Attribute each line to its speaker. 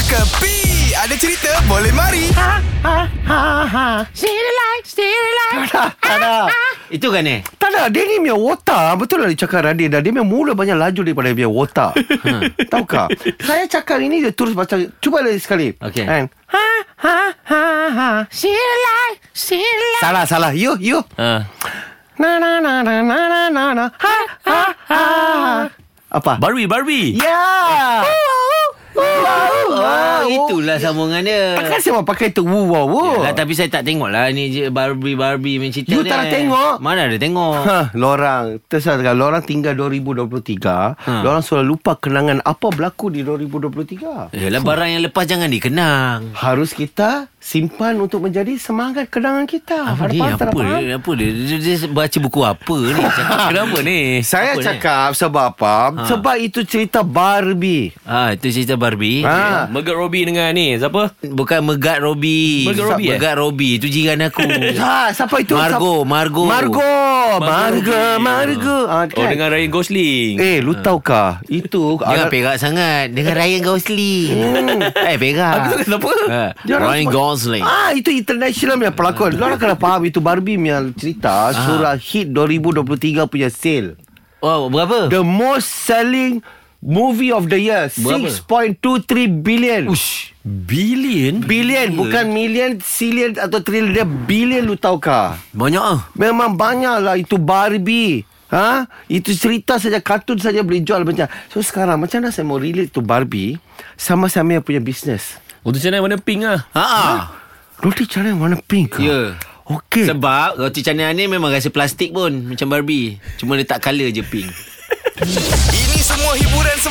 Speaker 1: Kepi Ada cerita boleh mari
Speaker 2: See the light, see the light.
Speaker 3: Tak nak
Speaker 4: Itu kan eh
Speaker 3: Tak nak Dia ni punya water Betul lah dia cakap Radin dah Dia punya mulut banyak laju Daripada dia punya water
Speaker 4: Ha.
Speaker 3: Tahu kah Saya cakap ini Dia terus macam Cuba lagi sekali
Speaker 4: Okey.
Speaker 3: Kan?
Speaker 2: Ha, ha, ha, ha. See the light, see the light.
Speaker 3: Salah salah You you
Speaker 4: ha.
Speaker 3: Na na na na na na na na Ha ha ha Apa?
Speaker 5: Barbie, Barbie.
Speaker 3: Ya
Speaker 4: Oh, itulah sambungan dia
Speaker 3: Takkan saya mau pakai tu Wow wow wow
Speaker 4: Lah tapi saya tak tengok lah Ni je Barbie-Barbie main cerita
Speaker 3: You
Speaker 4: ni.
Speaker 3: tak nak tengok?
Speaker 4: Mana ada tengok
Speaker 3: Ha, lorang Terserah cakap Lorang tinggal 2023
Speaker 4: Ha.
Speaker 3: Lorang selalu lupa kenangan Apa berlaku di 2023
Speaker 4: Yalah barang yang lepas jangan dikenang
Speaker 3: Harus kita simpan Untuk menjadi semangat kenangan kita
Speaker 4: Apa ni? Apa dia? Apa dia? Dia, dia baca buku apa ni? Cakap, kenapa ni?
Speaker 3: Saya
Speaker 4: Apa ni?
Speaker 3: cakap sebab apa ha. Sebab itu cerita Barbie
Speaker 4: Ah, itu cerita Barbie.
Speaker 3: ha.
Speaker 5: Megat Robbie dengan ni Siapa?
Speaker 4: Bukan Megat Robi.
Speaker 5: Megat Robi, eh?
Speaker 4: Megat Robi itu jiran aku.
Speaker 3: Ha, siapa itu?
Speaker 4: Margo, Margo.
Speaker 3: Margo, Margo, Margo. Ha,
Speaker 5: Oh
Speaker 3: kan?
Speaker 5: dengan Ryan Gosling
Speaker 3: Eh, lu
Speaker 4: Ha.
Speaker 3: tahukah? Itu
Speaker 4: Jangan perak sangat Dengan Ryan Gosling
Speaker 3: Hmm.
Speaker 4: Eh perak Aku tak kenapa
Speaker 3: Dia orang
Speaker 4: Ryan
Speaker 3: semua-
Speaker 4: Gosling
Speaker 3: Ah itu international punya pelakon. Lo kena faham itu Barbie punya cerita
Speaker 4: Ah.
Speaker 3: surah hit 2023 punya sale.
Speaker 4: Oh berapa?
Speaker 3: The most selling movie of the year
Speaker 4: Berapa?
Speaker 3: 6.23 billion.
Speaker 4: Ush
Speaker 5: Billion
Speaker 3: Billion bukan million, sillion atau trillion dia billion lu tahu kah?
Speaker 4: Banyak ah
Speaker 3: Memang banyaklah itu Barbie. Ha? Itu cerita saja kartun saja boleh jual macam. So sekarang macam mana saya mau relate to Barbie sama sama punya business.
Speaker 5: Untuk channel warna pink lah
Speaker 4: Ha ah.
Speaker 3: Roti canai warna pink.
Speaker 4: Ya.
Speaker 3: Yeah. Okey.
Speaker 4: Sebab roti canai ni memang rasa plastik pun Macam Barbie Cuma letak colour je pink
Speaker 1: Ini semua hiburan